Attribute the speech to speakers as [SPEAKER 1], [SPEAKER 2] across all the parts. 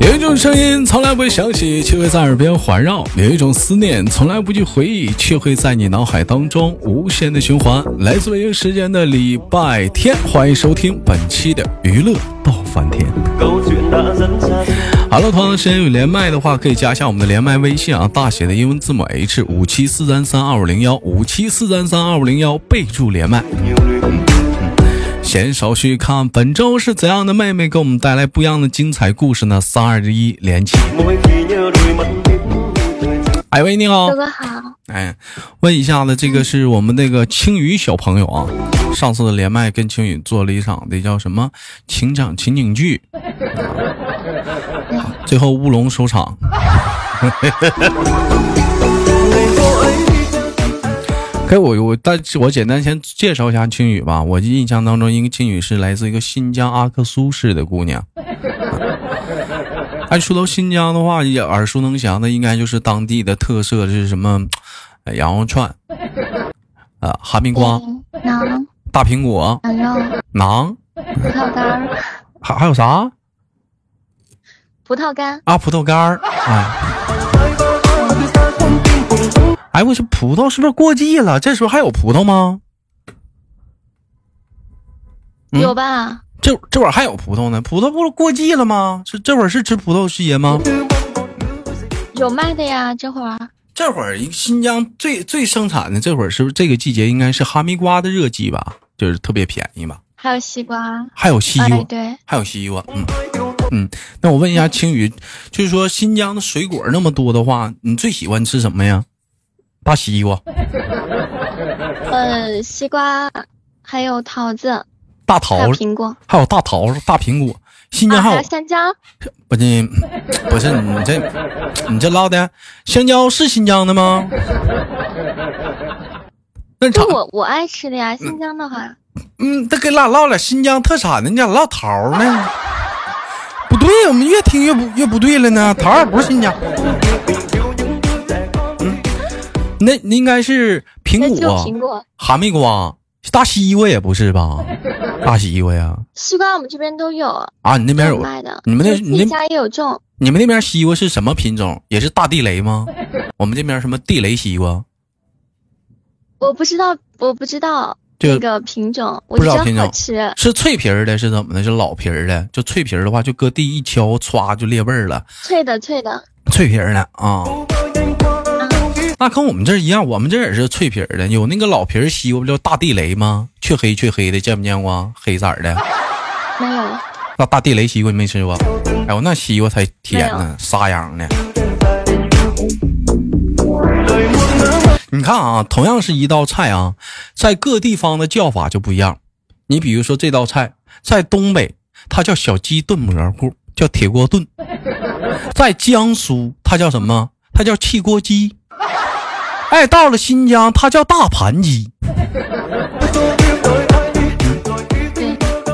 [SPEAKER 1] 有一种声音从来不会响起，却会在耳边环绕；有一种思念从来不去回忆，却会在你脑海当中无限的循环。来自北京时间的礼拜天，欢迎收听本期的娱乐到翻天。好了，同样的时间有连麦的话，可以加一下我们的连麦微信啊，大写的英文字母 H 五七四三三二五零幺五七四三三二五零幺，备注连麦。闲少叙，看本周是怎样的妹妹给我们带来不一样的精彩故事呢？三二一，连起。哎喂，你好
[SPEAKER 2] 哥，哥好，
[SPEAKER 1] 哎，问一下子，这个是我们那个青雨小朋友啊，上次的连麦跟青雨做了一场那叫什么情场情景剧，最后乌龙收场。给我我，但是我简单先介绍一下青雨吧。我印象当中，一个青雨是来自一个新疆阿克苏市的姑娘。哎，说到新疆的话，也耳熟能详的应该就是当地的特色是什么？呃羊肉串，呃，哈密瓜、
[SPEAKER 2] 饼馕、
[SPEAKER 1] 大苹果、
[SPEAKER 2] 羊肉、
[SPEAKER 1] 馕，
[SPEAKER 2] 葡萄干儿、
[SPEAKER 1] 还还有啥
[SPEAKER 2] 葡萄干、
[SPEAKER 1] 啊？葡萄干儿。哎，哎，我说葡萄是不是过季了？这时候还有葡萄吗？嗯
[SPEAKER 2] 有吧？
[SPEAKER 1] 这这会儿还有葡萄呢？葡萄不是过季了吗？这这会儿是吃葡萄节吗？
[SPEAKER 2] 有卖的呀，这会儿
[SPEAKER 1] 这会儿新疆最最生产的这会儿是不是这个季节应该是哈密瓜的热季吧？就是特别便宜吧？
[SPEAKER 2] 还有西瓜。
[SPEAKER 1] 还有西瓜，
[SPEAKER 2] 哎，对，
[SPEAKER 1] 还有西瓜，嗯嗯。那我问一下青宇，就是说新疆的水果那么多的话，你最喜欢吃什么呀？大西瓜、
[SPEAKER 2] 呃，西瓜，还有桃子，
[SPEAKER 1] 大
[SPEAKER 2] 还有
[SPEAKER 1] 桃子，
[SPEAKER 2] 苹果，
[SPEAKER 1] 还有大桃子、大苹果。新
[SPEAKER 2] 啊，
[SPEAKER 1] 疆还
[SPEAKER 2] 还
[SPEAKER 1] 有
[SPEAKER 2] 有香蕉。
[SPEAKER 1] 不是不是你这你这唠的，香蕉是新疆的吗？那啥
[SPEAKER 2] 就，我我爱吃的呀，新疆的话，
[SPEAKER 1] 嗯，这给俩唠点新疆特产的，你咋唠桃儿呢？不对，我们越听越不越不对了呢。桃儿不是新疆，嗯那那应该是苹
[SPEAKER 2] 那就
[SPEAKER 1] 果、
[SPEAKER 2] 苹果。
[SPEAKER 1] 哈密瓜、大西瓜也不是吧？大西瓜呀，西
[SPEAKER 2] 瓜我们这边都有，
[SPEAKER 1] 啊，你那边
[SPEAKER 2] 有
[SPEAKER 1] 有？
[SPEAKER 2] 卖的。
[SPEAKER 1] 你们那
[SPEAKER 2] 就自
[SPEAKER 1] 你
[SPEAKER 2] 己
[SPEAKER 1] 那
[SPEAKER 2] 家也有种，
[SPEAKER 1] 你们那边西瓜是什么品种？也是大地雷吗？我们这边什么地雷西瓜？
[SPEAKER 2] 我不知道，我不知道
[SPEAKER 1] 这
[SPEAKER 2] 那
[SPEAKER 1] 个
[SPEAKER 2] 个品种，我
[SPEAKER 1] 不知
[SPEAKER 2] 就
[SPEAKER 1] 道
[SPEAKER 2] 道
[SPEAKER 1] 品
[SPEAKER 2] 好
[SPEAKER 1] 种
[SPEAKER 2] 吃。
[SPEAKER 1] 是脆皮儿的，是怎么的？是老皮儿的？就脆皮儿的话，就搁地一敲，歘就裂味儿了。
[SPEAKER 2] 脆的脆的，
[SPEAKER 1] 脆皮儿的啊。那跟我们这儿一样，我们这儿也是脆皮儿的，有那个老皮儿西瓜，不叫大地雷吗？黢黑黢黑的，见没见过？黑色儿的，
[SPEAKER 2] 没有。
[SPEAKER 1] 那大地雷西瓜你没吃过？哎呦，那西瓜才甜
[SPEAKER 2] 没
[SPEAKER 1] 呢，沙瓤的。你看啊，同样是一道菜啊，在各地方的叫法就不一样。你比如说这道菜，在东北它叫小鸡炖蘑菇，叫铁锅炖；在江苏它叫什么？它叫汽锅鸡。哎，到了新疆它叫大盘鸡。
[SPEAKER 2] 对，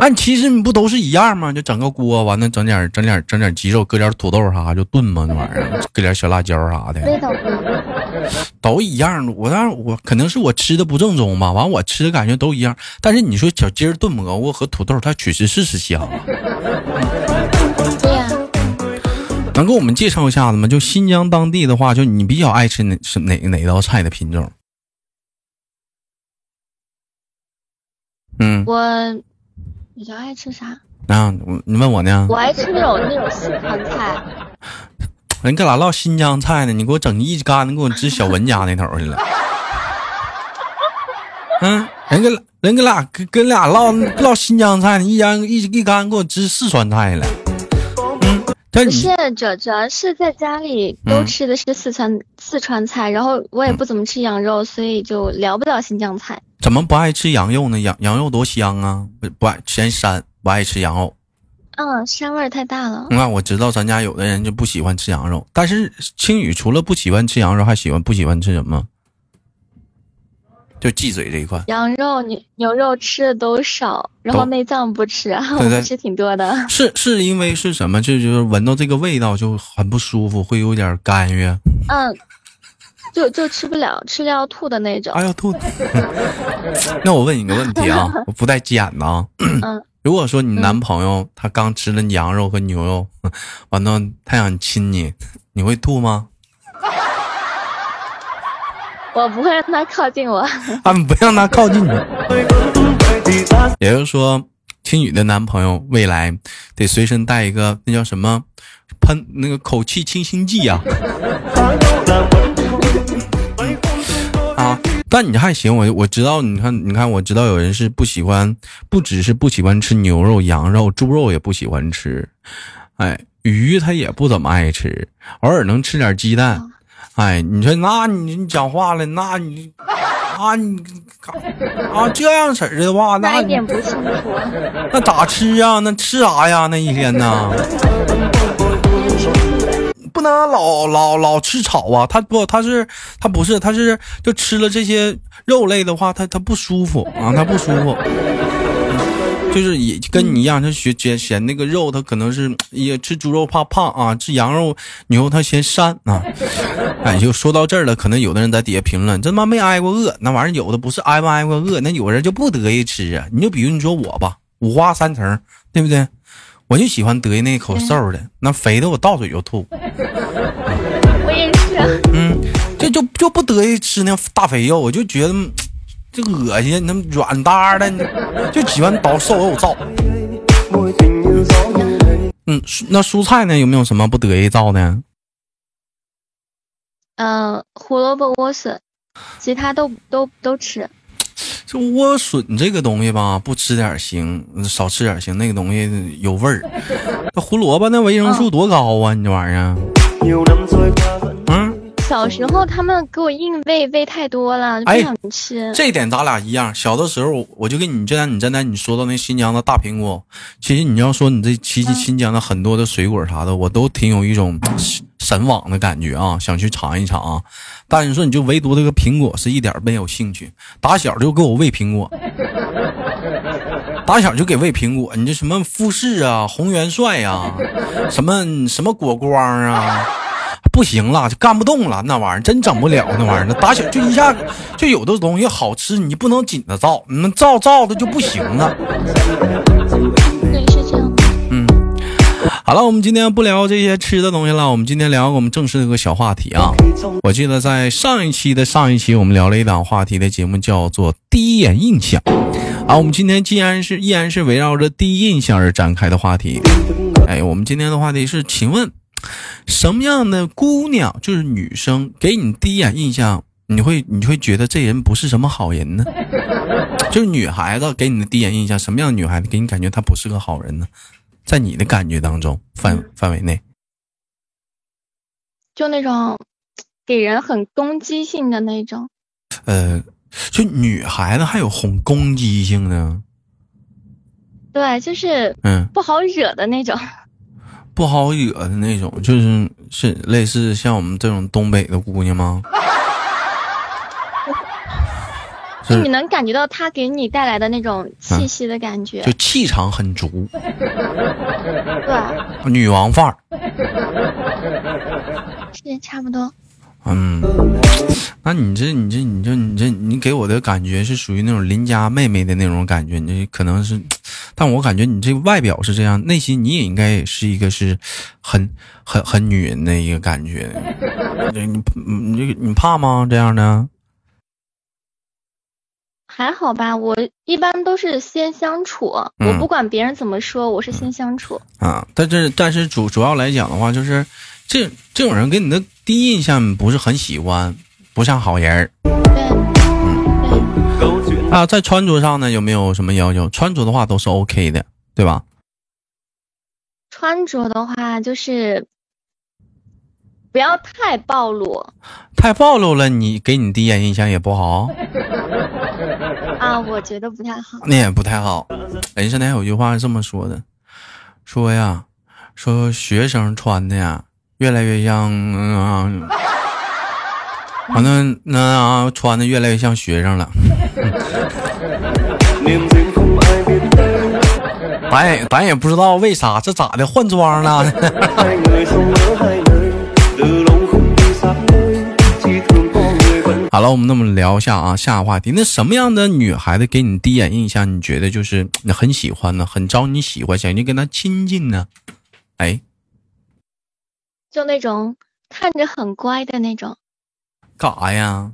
[SPEAKER 1] 哎，其实你不都是一样吗？就整个锅，完了整点儿整点儿整点儿鸡肉，搁点儿土豆啥就炖嘛，那玩意儿，搁点儿小辣椒啥的。
[SPEAKER 2] 味道不一样。
[SPEAKER 1] 都一样的，我当然我可能是我吃的不正宗吧，完我吃的感觉都一样。但是你说小鸡儿炖蘑菇和土豆，它确实是是香啊。
[SPEAKER 2] 对呀，
[SPEAKER 1] 能给我们介绍一下子吗？就新疆当地的话，就你比较爱吃哪是哪哪道菜的品种？嗯
[SPEAKER 2] 我比较爱吃啥？
[SPEAKER 1] 啊，我你问我呢
[SPEAKER 2] 我？爱嗯吃那种那种西川菜，
[SPEAKER 1] 哎人搁哪唠新疆菜呢？你给我整一竿子，给我指小文家那头去了。 嗯，人跟人跟俩跟跟俩唠唠新疆菜呢，一竿一一竿给我指四川菜了。嗯，但
[SPEAKER 2] 不
[SPEAKER 1] 你
[SPEAKER 2] 是哲哲，是在家里都
[SPEAKER 1] 嗯
[SPEAKER 2] 吃的是四川、四川菜，然后我也不怎么吃羊肉，所以就聊不了新疆菜。
[SPEAKER 1] 怎么不爱吃羊肉呢？羊羊肉多香啊！不不爱嫌膻，不爱吃羊肉。
[SPEAKER 2] 嗯，膻味儿太大了。
[SPEAKER 1] 那、我知道咱家有的人就不喜欢吃羊肉，但是青雨除了不喜欢吃羊肉，还喜欢不喜欢吃什么？就忌嘴这一块。
[SPEAKER 2] 羊肉、牛牛肉吃的都少，然后
[SPEAKER 1] 都
[SPEAKER 2] 内脏不吃，
[SPEAKER 1] 对
[SPEAKER 2] 我吃挺 多的。
[SPEAKER 1] 是是因为是什么？这就是闻到这个味道就很不舒服，会有点干哕，
[SPEAKER 2] 嗯，就就吃不了，吃了要吐的
[SPEAKER 1] 哎
[SPEAKER 2] 那种。
[SPEAKER 1] 哎呀吐。那我问你个问题啊，我不带急眼的啊。
[SPEAKER 2] 嗯，
[SPEAKER 1] 如果说你男朋友他刚吃了羊肉和牛肉， 完了他想亲你，你会吐吗？
[SPEAKER 2] 我不会让他靠近我。
[SPEAKER 1] 啊，你不让他靠近你。也就是说，听雨的男朋友未来得随身带一个那叫什么喷那个口气清新剂呀、啊。啊，但你还行，我我知道，你看，你看，我知道有人是不喜欢，不只是不喜欢吃牛肉、羊肉、猪肉也不喜欢吃，哎，鱼他也不怎么爱吃，偶尔能吃点鸡
[SPEAKER 2] 啊
[SPEAKER 1] 蛋。哎，你说那你你讲话了，那你啊你啊这样式儿的话，
[SPEAKER 2] 那
[SPEAKER 1] 那
[SPEAKER 2] 一点不幸福。
[SPEAKER 1] 那咋吃啊？那吃啥呀？那一天呢？不能老老老吃草啊！他不，他是他不是，他是就吃了这些肉类的话，他他不舒服啊，他不舒服。就是也跟你一样，他学嫌嫌那个肉，他可能是也吃猪肉怕胖啊，吃羊肉牛他嫌膻啊。哎，就说到这儿了，可能有的人在底下评论，这他妈没挨过饿，那玩意儿有的不是挨没挨过饿，那有人就不得意吃啊。你就比如你说我吧，五花三层，对不对？我就喜欢得意那口瘦的，那肥的我倒嘴就吐。
[SPEAKER 2] 我也是，
[SPEAKER 1] 嗯，这就就不得意吃那大肥肉，我就觉得嗯这恶心，那么软搭的，就喜欢倒瘦肉造。嗯，蔬那蔬菜呢？有没有什么不得意造的？
[SPEAKER 2] 嗯、胡萝卜、莴笋，其他都都都吃。
[SPEAKER 1] 这莴笋这个东西吧，不吃点儿行，少吃点儿行，那个东西有味儿。那胡萝卜那维生素多高啊？你这玩意儿，嗯，
[SPEAKER 2] 小时候他们给我硬喂喂太多了，就不
[SPEAKER 1] 哎
[SPEAKER 2] 想吃。
[SPEAKER 1] 这点咱俩一样。小的时候，我就跟你这样，你刚才你说到那新疆的大苹果，其实你要说你这其实新疆的很多的水果啥的，我都挺有一种神往的感觉啊，想去尝一尝啊。但是说你就唯独这个苹果是一点儿没有兴趣，打小就给我喂苹果。打小就给喂苹果，你这什么富士啊、红元帅呀、什么什么果光啊，不行了，就干不动了，那玩意儿真整不了，那玩意儿打小就一下就有的东西好吃，你不能紧着造，你们造造的就不行了。
[SPEAKER 2] 对，是这样的。
[SPEAKER 1] 好了，我们今天不聊这些吃的东西了，我们今天聊我们正式的一个小话题啊。我记得在上一期的上一期，我们聊了一档话题的节目，叫做“第一眼印象”。好，我们今天既然是依然是围绕着第一印象而展开的话题。哎，我们今天的话题是，请问什么样的姑娘，就是女生，给你第一眼印象，你会你会觉得这人不是什么好人呢？就是女孩子给你的第一眼印象，什么样的女孩子给你感觉她不是个好人呢？在你的感觉当中范范围内，
[SPEAKER 2] 就那种给人很攻击性的那种。
[SPEAKER 1] 呃，就女孩子还有哄攻击性呢，
[SPEAKER 2] 对，就是
[SPEAKER 1] 嗯，
[SPEAKER 2] 不好惹的那种。
[SPEAKER 1] 不好惹的那种，就是是类似像我们这种东北的姑娘吗？
[SPEAKER 2] 就是
[SPEAKER 1] 嗯
[SPEAKER 2] 你能感觉到他给你带来的那种气息的感觉。
[SPEAKER 1] 就气场很足，
[SPEAKER 2] 对，
[SPEAKER 1] 女王范儿。
[SPEAKER 2] 是差不多。
[SPEAKER 1] 嗯，那你这你这你这你这你给我的感觉是属于那种邻家妹妹的那种感觉，你这可能是，但我感觉你这外表是这样，内心你也应该也是一个是很 很很女人的一个感觉。你你你你怕吗？这样的？啊
[SPEAKER 2] 还好吧，我一般都是先相处，
[SPEAKER 1] 嗯
[SPEAKER 2] 我不管别人怎么说，我是先相处。
[SPEAKER 1] 啊，但是但是主主要来讲的话，就是这这种人给你的第一印象不是很喜欢，不像好人儿
[SPEAKER 2] 对，
[SPEAKER 1] 嗯
[SPEAKER 2] 对，
[SPEAKER 1] 啊。在穿着上呢，有没有什么要求？穿着的话都是 OK 的，对吧？
[SPEAKER 2] 穿着的话就是不要太暴 露
[SPEAKER 1] 太暴露了，你给你第一眼印象也不好，
[SPEAKER 2] 啊，我觉得不太好。
[SPEAKER 1] 那也不太好。人现在有句话是这么说的，说呀，说学生穿的呀，越来越像，嗯啊，完了那啊，穿的越来越像学生了。咱也咱也不知道为啥，这咋的换装了？ 好了，我们那么聊一下啊，下个话题。那什么样的女孩子给你第一眼印象，你觉得就是你很喜欢呢，很招你喜欢，想去跟她亲近呢？哎，
[SPEAKER 2] 就那种看着很乖的那种。
[SPEAKER 1] 干啥呀？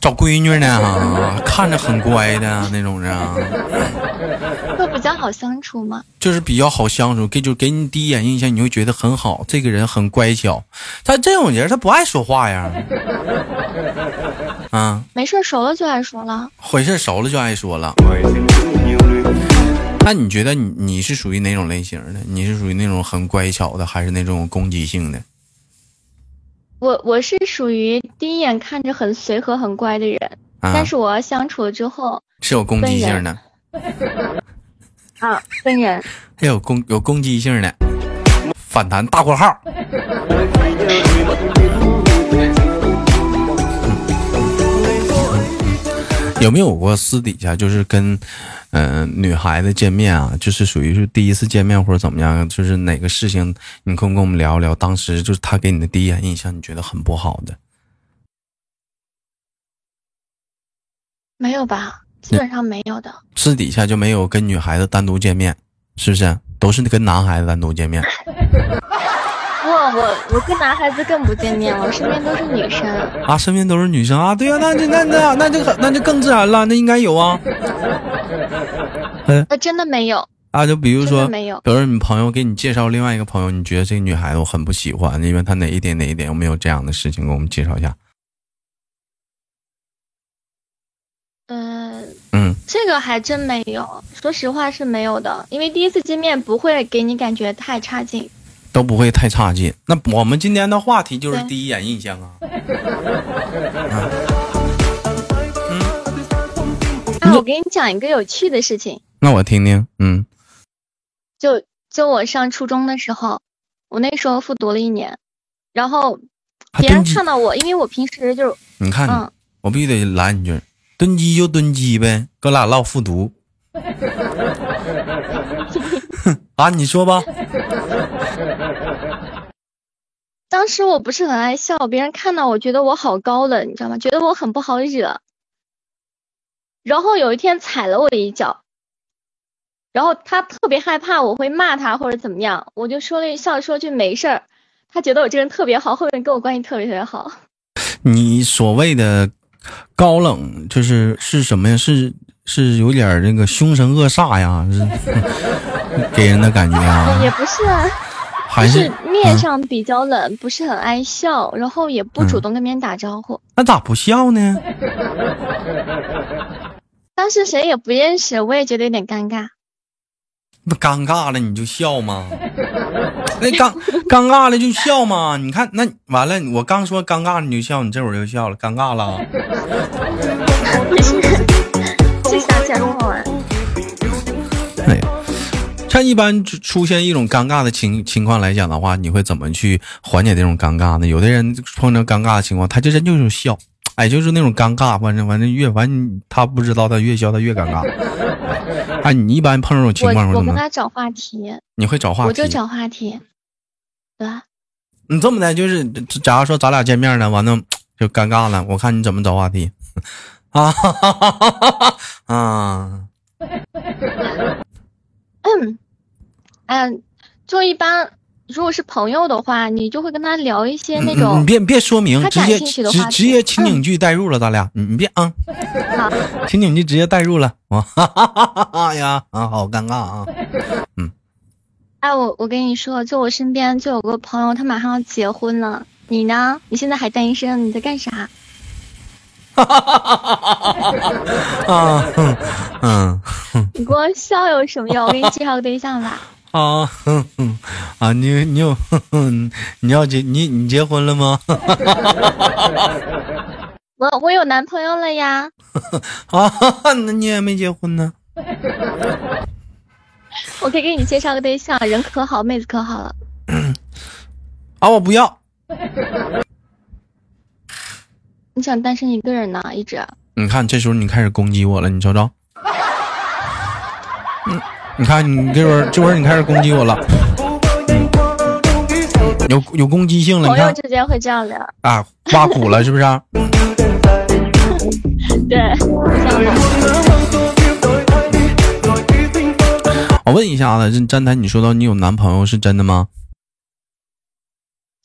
[SPEAKER 1] 找闺女呢，看着很乖的那种人啊，
[SPEAKER 2] 会比较好相处吗？
[SPEAKER 1] 就是比较好相处，给就给你第一眼印象，你会觉得很好，这个人很乖巧。他这种人，他不爱说话呀，啊，
[SPEAKER 2] 没事儿熟了就爱说了，
[SPEAKER 1] 回事熟了就爱说了。那你觉得你你是属于哪种类型的？你是属于那种很乖巧的，还是那种攻击性的？
[SPEAKER 2] 我我是属于第一眼看着很随和很乖的人，
[SPEAKER 1] 啊
[SPEAKER 2] 但，是我相处了之后
[SPEAKER 1] 是有攻击性的，
[SPEAKER 2] 啊，分人
[SPEAKER 1] 还有哎攻有攻击性的，反弹大括号。有没有过私底下就是跟，嗯、女孩子见面啊，就是属于是第一次见面或者怎么样，就是哪个事情，你可不可以跟我们聊一聊？当时就是她给你的第一眼印象，你觉得很不好的，
[SPEAKER 2] 没有吧？基本上没 有的。
[SPEAKER 1] 私底下就没有跟女孩子单独见面，是不是？都是跟男孩子单独见面。
[SPEAKER 2] 不，我我跟男孩子更不见面了，我身边都是女生。
[SPEAKER 1] 啊，身边都是女生啊，对呀、那就那那那就那就更自然了，那应该有啊。
[SPEAKER 2] 呃，真的没有，
[SPEAKER 1] 啊，就比如
[SPEAKER 2] 真
[SPEAKER 1] 说，
[SPEAKER 2] 的没有
[SPEAKER 1] 比如说你朋友给你介绍另外一个朋友，你觉得这个女孩子我很不喜欢，因为她哪一点哪一点，有没有这样的事情给我们介绍一下？
[SPEAKER 2] 嗯、
[SPEAKER 1] 嗯，
[SPEAKER 2] 这个还真没有，说实话是没有的，因为第一次见面不会给你感觉太差劲。
[SPEAKER 1] 都不会太差劲。那我们今天的话题就是
[SPEAKER 2] 对
[SPEAKER 1] 第一眼印象啊。嗯
[SPEAKER 2] 那我给你讲一个有趣的事情，
[SPEAKER 1] 那我听听，嗯
[SPEAKER 2] 就就我上初中的时候，我那时候复读了一年，然后
[SPEAKER 1] 还
[SPEAKER 2] 别人
[SPEAKER 1] 蹲鸡
[SPEAKER 2] 看到我，因为我平时就是
[SPEAKER 1] 你看你，
[SPEAKER 2] 嗯
[SPEAKER 1] 我必须得拦你一句，蹲鸡就蹲鸡呗，哥俩唠复读。啊，你说吧，
[SPEAKER 2] 当时我不是很爱笑，别人看到我觉得我好高冷，你知道吗？觉得我很不好惹。然后有一天踩了我一脚，然后他特别害怕我会骂他或者怎么样，我就说了一笑说句没事儿。他觉得我这人特别好，后面跟我关系特别特别好。
[SPEAKER 1] 你所谓的高冷，就是是什么呀？是是有点儿那个凶神恶煞呀，是给人的感觉
[SPEAKER 2] 哎也
[SPEAKER 1] 啊，
[SPEAKER 2] 不是啊，
[SPEAKER 1] 还
[SPEAKER 2] 就是是面上比较冷，不是很爱笑，然后也不主动跟别人打招呼。
[SPEAKER 1] 那咋不笑呢？
[SPEAKER 2] 当时谁也不认识，我也觉得有点尴尬。
[SPEAKER 1] 不尴尬了你就笑吗？那尴尴尬了就笑吗？你看那完了，我刚说尴尬了你就笑，你这会儿就笑了，尴尬了。啊
[SPEAKER 2] 就想起来很好玩。
[SPEAKER 1] 哎呀，像一般出出现一种尴尬的情情况来讲的话，你会怎么去缓解这种尴尬呢？有的人碰到尴尬的情况，他就真就是笑，哎，就是那种尴尬，反正反正越完他不知道，他越笑他越尴尬。哎，你一般碰到这种情况
[SPEAKER 2] 我
[SPEAKER 1] 会
[SPEAKER 2] 我
[SPEAKER 1] 怎么
[SPEAKER 2] 跟
[SPEAKER 1] 弄？
[SPEAKER 2] 他找话题，
[SPEAKER 1] 你会找话
[SPEAKER 2] 我
[SPEAKER 1] 题
[SPEAKER 2] 就？找话题，对啊吧？
[SPEAKER 1] 你这么的，就是假如说咱俩见面了，完了就尴尬了，我看你怎么找话题 啊哈哈哈哈哈啊！
[SPEAKER 2] 嗯，就一般，如果是朋友的话，你就会跟他聊一些那
[SPEAKER 1] 你
[SPEAKER 2] 种
[SPEAKER 1] 嗯别别说明，
[SPEAKER 2] 他
[SPEAKER 1] 直
[SPEAKER 2] 感
[SPEAKER 1] 接
[SPEAKER 2] 兴趣的
[SPEAKER 1] 直
[SPEAKER 2] 话
[SPEAKER 1] 直
[SPEAKER 2] 题嗯
[SPEAKER 1] 接情景剧带入了，咱俩，你你别啊，
[SPEAKER 2] 好，
[SPEAKER 1] 情景剧直接带入了，哇哈哈哈哈哈呀啊，好尴尬啊！
[SPEAKER 2] 哎，我我跟你说，就我身边就有个朋友，他马上要结婚了。你呢？你现在还单身？你在干啥？
[SPEAKER 1] 啊，哼嗯
[SPEAKER 2] 你给我笑有什么用？我给你介绍个对象吧。
[SPEAKER 1] 啊，哼哼啊，你你有哼哼，你要结你你结婚了吗？
[SPEAKER 2] 我我有男朋友了呀。
[SPEAKER 1] 啊，哈哈那你也没结婚呢？
[SPEAKER 2] 我可以给你介绍个对象，人可好，妹子可好了。
[SPEAKER 1] 啊，我不要，
[SPEAKER 2] 你想单身一个人呢？一直
[SPEAKER 1] 你看，这时候你开始攻击我了，你瞅瞅。嗯，你看你这会儿，这会儿你开始攻击我了。有有攻击性了，你
[SPEAKER 2] 朋友
[SPEAKER 1] 看
[SPEAKER 2] 之间会这样聊，
[SPEAKER 1] 啊，挖苦了是不是、啊？
[SPEAKER 2] 对，像我
[SPEAKER 1] 我问一下啊，这詹谈，你说到你有男朋友是真的吗？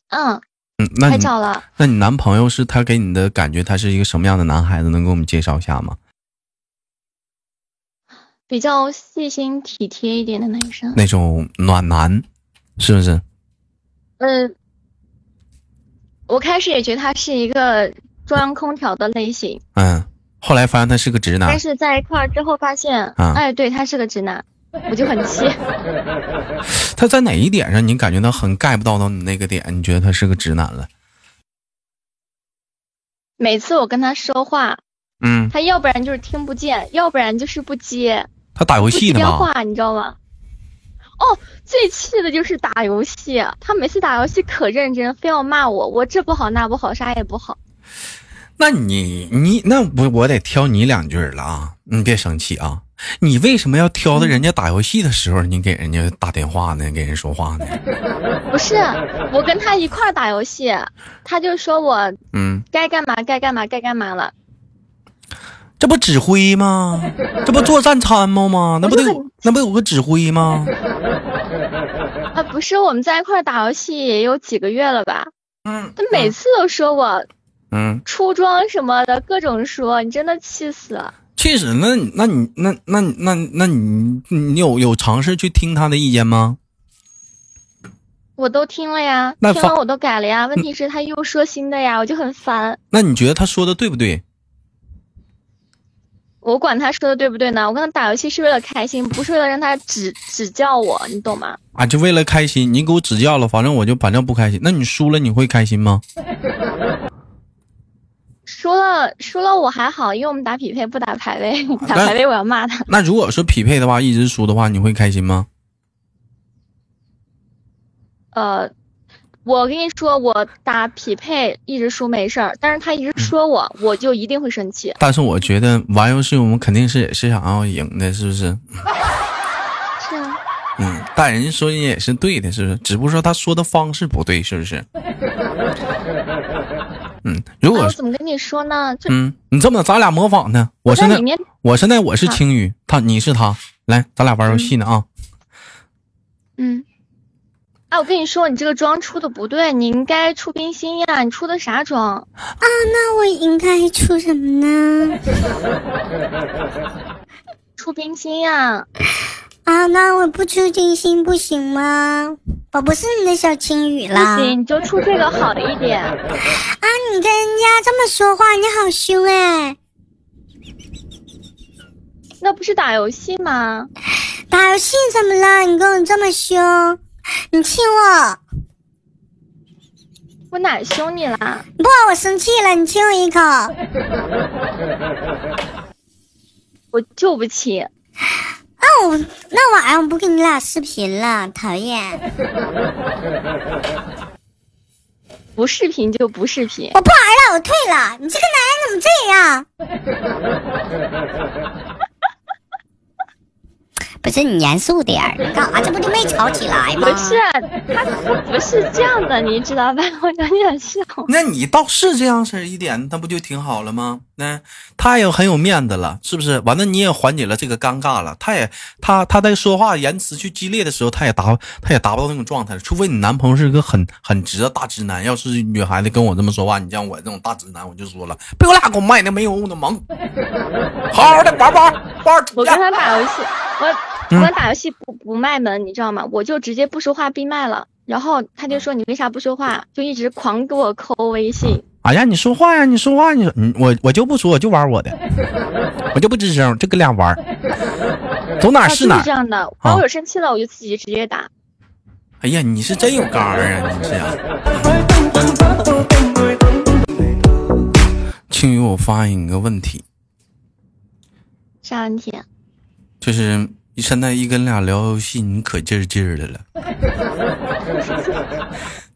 [SPEAKER 2] 嗯，
[SPEAKER 1] 嗯，那
[SPEAKER 2] 太
[SPEAKER 1] 你
[SPEAKER 2] 巧了。
[SPEAKER 1] 那你男朋友是他给你的感觉，他是一个什么样的男孩子？能给我们介绍一下吗？
[SPEAKER 2] 比较细心体贴一点的男生。
[SPEAKER 1] 那种暖男，是不是？
[SPEAKER 2] 嗯，我开始也觉得他是一个中央空调的类型，
[SPEAKER 1] 嗯，后来发现他是个直男
[SPEAKER 2] 但，是在一块儿之后发现，
[SPEAKER 1] 啊
[SPEAKER 2] 哎，对他是个直男，我就很气。
[SPEAKER 1] 他在哪一点上你感觉到很 get 不到到你那个点？你觉得他是个直男了？
[SPEAKER 2] 每次我跟他说话，
[SPEAKER 1] 嗯，
[SPEAKER 2] 他要不然就是听不见，要不然就是不接，
[SPEAKER 1] 他打游
[SPEAKER 2] 不
[SPEAKER 1] 戏
[SPEAKER 2] 接
[SPEAKER 1] 呢
[SPEAKER 2] 电
[SPEAKER 1] 吧？
[SPEAKER 2] 话，你知道吗？哦，最气的就是打游戏，他每次打游戏可认真，非要骂我，我这不好那不好，啥也不好。
[SPEAKER 1] 那你你那我我得挑你两句了啊！你别生气啊！你为什么要挑的人家打游戏的时候，你给人家打电话呢？给人说话呢？
[SPEAKER 2] 不是，我跟他一块儿打游戏，他就说我
[SPEAKER 1] 嗯，
[SPEAKER 2] 该干嘛该干嘛该干嘛了，
[SPEAKER 1] 这不指挥 吗？这不作战参谋吗？那不得
[SPEAKER 2] 我就很
[SPEAKER 1] 那不有个指挥吗？嗯
[SPEAKER 2] 啊，不是我们在一块儿打游戏也有几个月了吧？
[SPEAKER 1] 嗯，
[SPEAKER 2] 他每次都说我
[SPEAKER 1] 嗯，
[SPEAKER 2] 出装什么的，各种说，你真的气死了。
[SPEAKER 1] 确实，那你那你那那你那那你你有有尝试去听他的意见吗？
[SPEAKER 2] 我都听了呀，
[SPEAKER 1] 那嗯
[SPEAKER 2] 听
[SPEAKER 1] 发
[SPEAKER 2] 完我都改了呀。问题是他又说新的呀，我就很烦。
[SPEAKER 1] 那你觉得他说的对不对？
[SPEAKER 2] 我管他说的对不对呢？我跟他打游戏是为了开心，不是为了让他指指教我，你懂吗？
[SPEAKER 1] 啊，就为了开心，你给我指教了，反正我就反正不开心。那你输了你会开心吗？
[SPEAKER 2] 输了输了我还好，因为我们打匹配不打排位，打排位我要骂他。
[SPEAKER 1] 那如果说匹配的话，一直输的话，你会开心吗？
[SPEAKER 2] 呃，我跟你说，我打匹配一直输没事儿，但是他
[SPEAKER 1] 嗯
[SPEAKER 2] 一直说我，我就一定会生气。
[SPEAKER 1] 但是我觉得玩游戏我们肯定是也是想要赢的，是不是？
[SPEAKER 2] 是啊，
[SPEAKER 1] 嗯，但人家说人家也是对的，是不是？只不过说他说的方式不对，是不 是？嗯，如
[SPEAKER 2] 那
[SPEAKER 1] 果
[SPEAKER 2] 我
[SPEAKER 1] 是
[SPEAKER 2] 怎么跟你说呢？就
[SPEAKER 1] 嗯，你这么的，咱俩模仿呢？我现
[SPEAKER 2] 在
[SPEAKER 1] 在
[SPEAKER 2] 里面，啊
[SPEAKER 1] 我现在我是
[SPEAKER 2] 好
[SPEAKER 1] 青雨，他你是他，来，咱俩玩游戏呢啊！
[SPEAKER 2] 嗯，哎、我跟你说，你这个妆出的不对，你应该出冰心呀，你出的啥妆？
[SPEAKER 3] 那我应该出什么呢？
[SPEAKER 2] 出冰心呀，
[SPEAKER 3] 啊，那我不出金星不行吗？我不是你的小情侣
[SPEAKER 2] 不
[SPEAKER 3] 啦！
[SPEAKER 2] 行，你就出这个好一点。
[SPEAKER 3] 啊，你跟人家这么说话，你好凶哎、
[SPEAKER 2] 那不是打游戏吗？
[SPEAKER 3] 打游戏怎么了？你跟我这么凶，你气我？
[SPEAKER 2] 我哪凶你啦？
[SPEAKER 3] 不，我生气了，你亲我一口。啊，
[SPEAKER 2] 我就不气。
[SPEAKER 3] 我那晚上我不跟你俩视频了，讨厌！
[SPEAKER 2] 不视频就不视频，
[SPEAKER 3] 我不玩了，我退了。你这个男人怎么这样？不是你严肃点儿，你干啥？这不就没吵起来
[SPEAKER 2] 不是他，他不是这样的，你知道吧？ 我有点笑。
[SPEAKER 1] 那你倒是这样式儿一点，那不就挺好了吗？那、他也很有面子了，是不是？完了你也缓解了这个尴尬了。他也他他在说话言辞去激烈的时候，他也达他也达不到那种状态了。除非你男朋友是一个很很直的大直男，要是女孩子跟我这么说话，你像我这种大直男，我就说了，别给我俩给我卖那没用的萌，好好的玩玩玩
[SPEAKER 2] 我
[SPEAKER 1] 出去
[SPEAKER 2] 跟。他打游戏，我
[SPEAKER 1] 嗯
[SPEAKER 2] 我跟他打游戏不不卖萌，你知道吗？我就直接不说话闭麦了。然后他就说你为啥不说话？就一直狂给我扣微信。
[SPEAKER 1] 哎呀，你说话呀，你说话，你说，嗯我我就不说，我就玩我的，我就不吱声，就跟俩玩儿，走哪
[SPEAKER 2] 啊，
[SPEAKER 1] 儿是哪
[SPEAKER 2] 就
[SPEAKER 1] 儿哦
[SPEAKER 2] 是这。样的。然后我有生气了，我就自己直接打。
[SPEAKER 1] 哎呀，你是真有肝儿啊！你是啊，庆宇，我发现一个问题，
[SPEAKER 2] 啥问题？
[SPEAKER 1] 就是你现在一跟俩聊游戏，你可劲儿劲儿的了。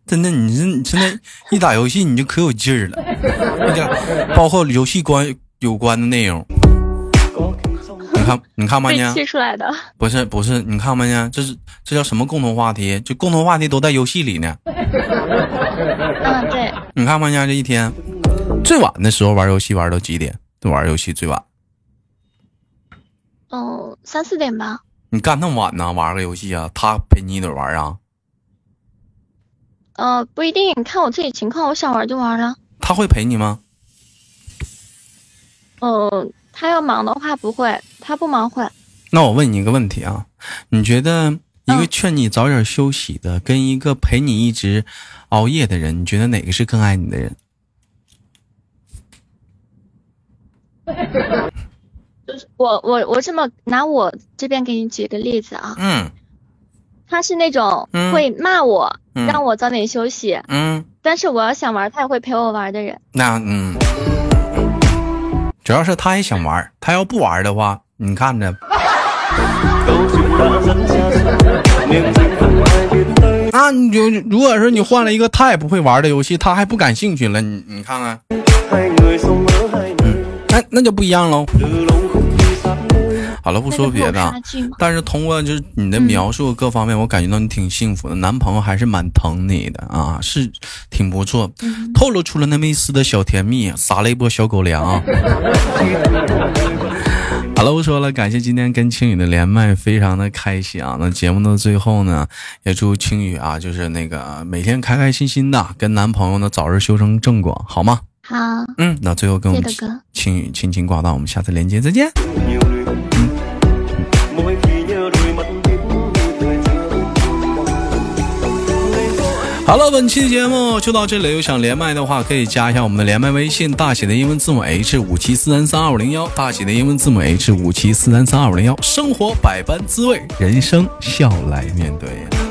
[SPEAKER 1] 真的，你这你现在一打游戏你就可有劲儿了，那个包括游戏关有关的内容。你看，你看吧
[SPEAKER 2] 被
[SPEAKER 1] 呢，
[SPEAKER 2] 气出来的。
[SPEAKER 1] 不是不是，你看吧呢，这是这叫什么共同话题？就共同话题都在游戏里呢。
[SPEAKER 2] 嗯，对，
[SPEAKER 1] 你看吧呢，这一天最晚的时候玩游戏玩到几点？就玩游戏最晚，
[SPEAKER 2] 嗯，三四点吧。
[SPEAKER 1] 你干那么晚呢？玩个游戏啊？他陪你一起玩啊？
[SPEAKER 2] 呃，不一定，看我自己情况，我想玩就玩啊了。
[SPEAKER 1] 他会陪你吗？
[SPEAKER 2] 嗯，他要忙的话不会，他不忙会。
[SPEAKER 1] 那我问你一个问题啊，你觉得一个
[SPEAKER 2] 嗯
[SPEAKER 1] 劝你早点休息的，跟一个陪你一直熬夜的人，你觉得哪个是更爱你的人？
[SPEAKER 2] 就是我我我这么拿我这边给你举个例子啊，
[SPEAKER 1] 嗯
[SPEAKER 2] 他是那种
[SPEAKER 1] 嗯
[SPEAKER 2] 会骂我，
[SPEAKER 1] 嗯
[SPEAKER 2] 让我早点休息，
[SPEAKER 1] 嗯，
[SPEAKER 2] 但是我要想玩，他也会陪我玩的人。
[SPEAKER 1] 那嗯，主要是他也想玩，他要不玩的话，你看着
[SPEAKER 4] câu chuyện đã dẫn cha xưa niềm tin vẫn ai biết tới
[SPEAKER 1] 那你就如果说你换了一个他也不会玩的游戏，他还不感兴趣了，你你看看，
[SPEAKER 4] hai người sống ở hai nơi
[SPEAKER 1] 那那就不一样喽。
[SPEAKER 4] từ lông khúc đi xa nơi
[SPEAKER 1] 好了，不
[SPEAKER 2] 那
[SPEAKER 1] 说
[SPEAKER 2] 个会
[SPEAKER 1] 别
[SPEAKER 2] 有
[SPEAKER 1] 的啊
[SPEAKER 2] 差，距吗？
[SPEAKER 1] 但是通过就是你的描述各方面，
[SPEAKER 2] 嗯
[SPEAKER 1] 我感觉到你挺幸福的，男朋友还是蛮疼你的啊，是挺不错，
[SPEAKER 2] 嗯
[SPEAKER 1] 透露出了那么一丝的小甜蜜，撒了一波小狗粮啊。 好了，不说了，感谢今天跟青雨的连麦，非常的开心啊。那节目的最后呢，也祝青雨啊，就是那个每天开开心心的，跟男朋友呢早日修成正果，好吗？
[SPEAKER 2] 好，
[SPEAKER 1] 嗯，那最后跟我们
[SPEAKER 2] 谢谢大哥
[SPEAKER 1] 青雨轻轻挂断，我们下次连接再见。
[SPEAKER 4] nhiều người mỗi khi nhớ đôi mắt biết thời thơ ngày có
[SPEAKER 1] 好了，本期的节目就到这里。有想连麦的话，可以加一下我们的连麦微信，大写的英文字母 H 五七四三三二五零幺，大写的英文字母 H 五七四三三二五零幺。生活百般滋味，人生笑来面对。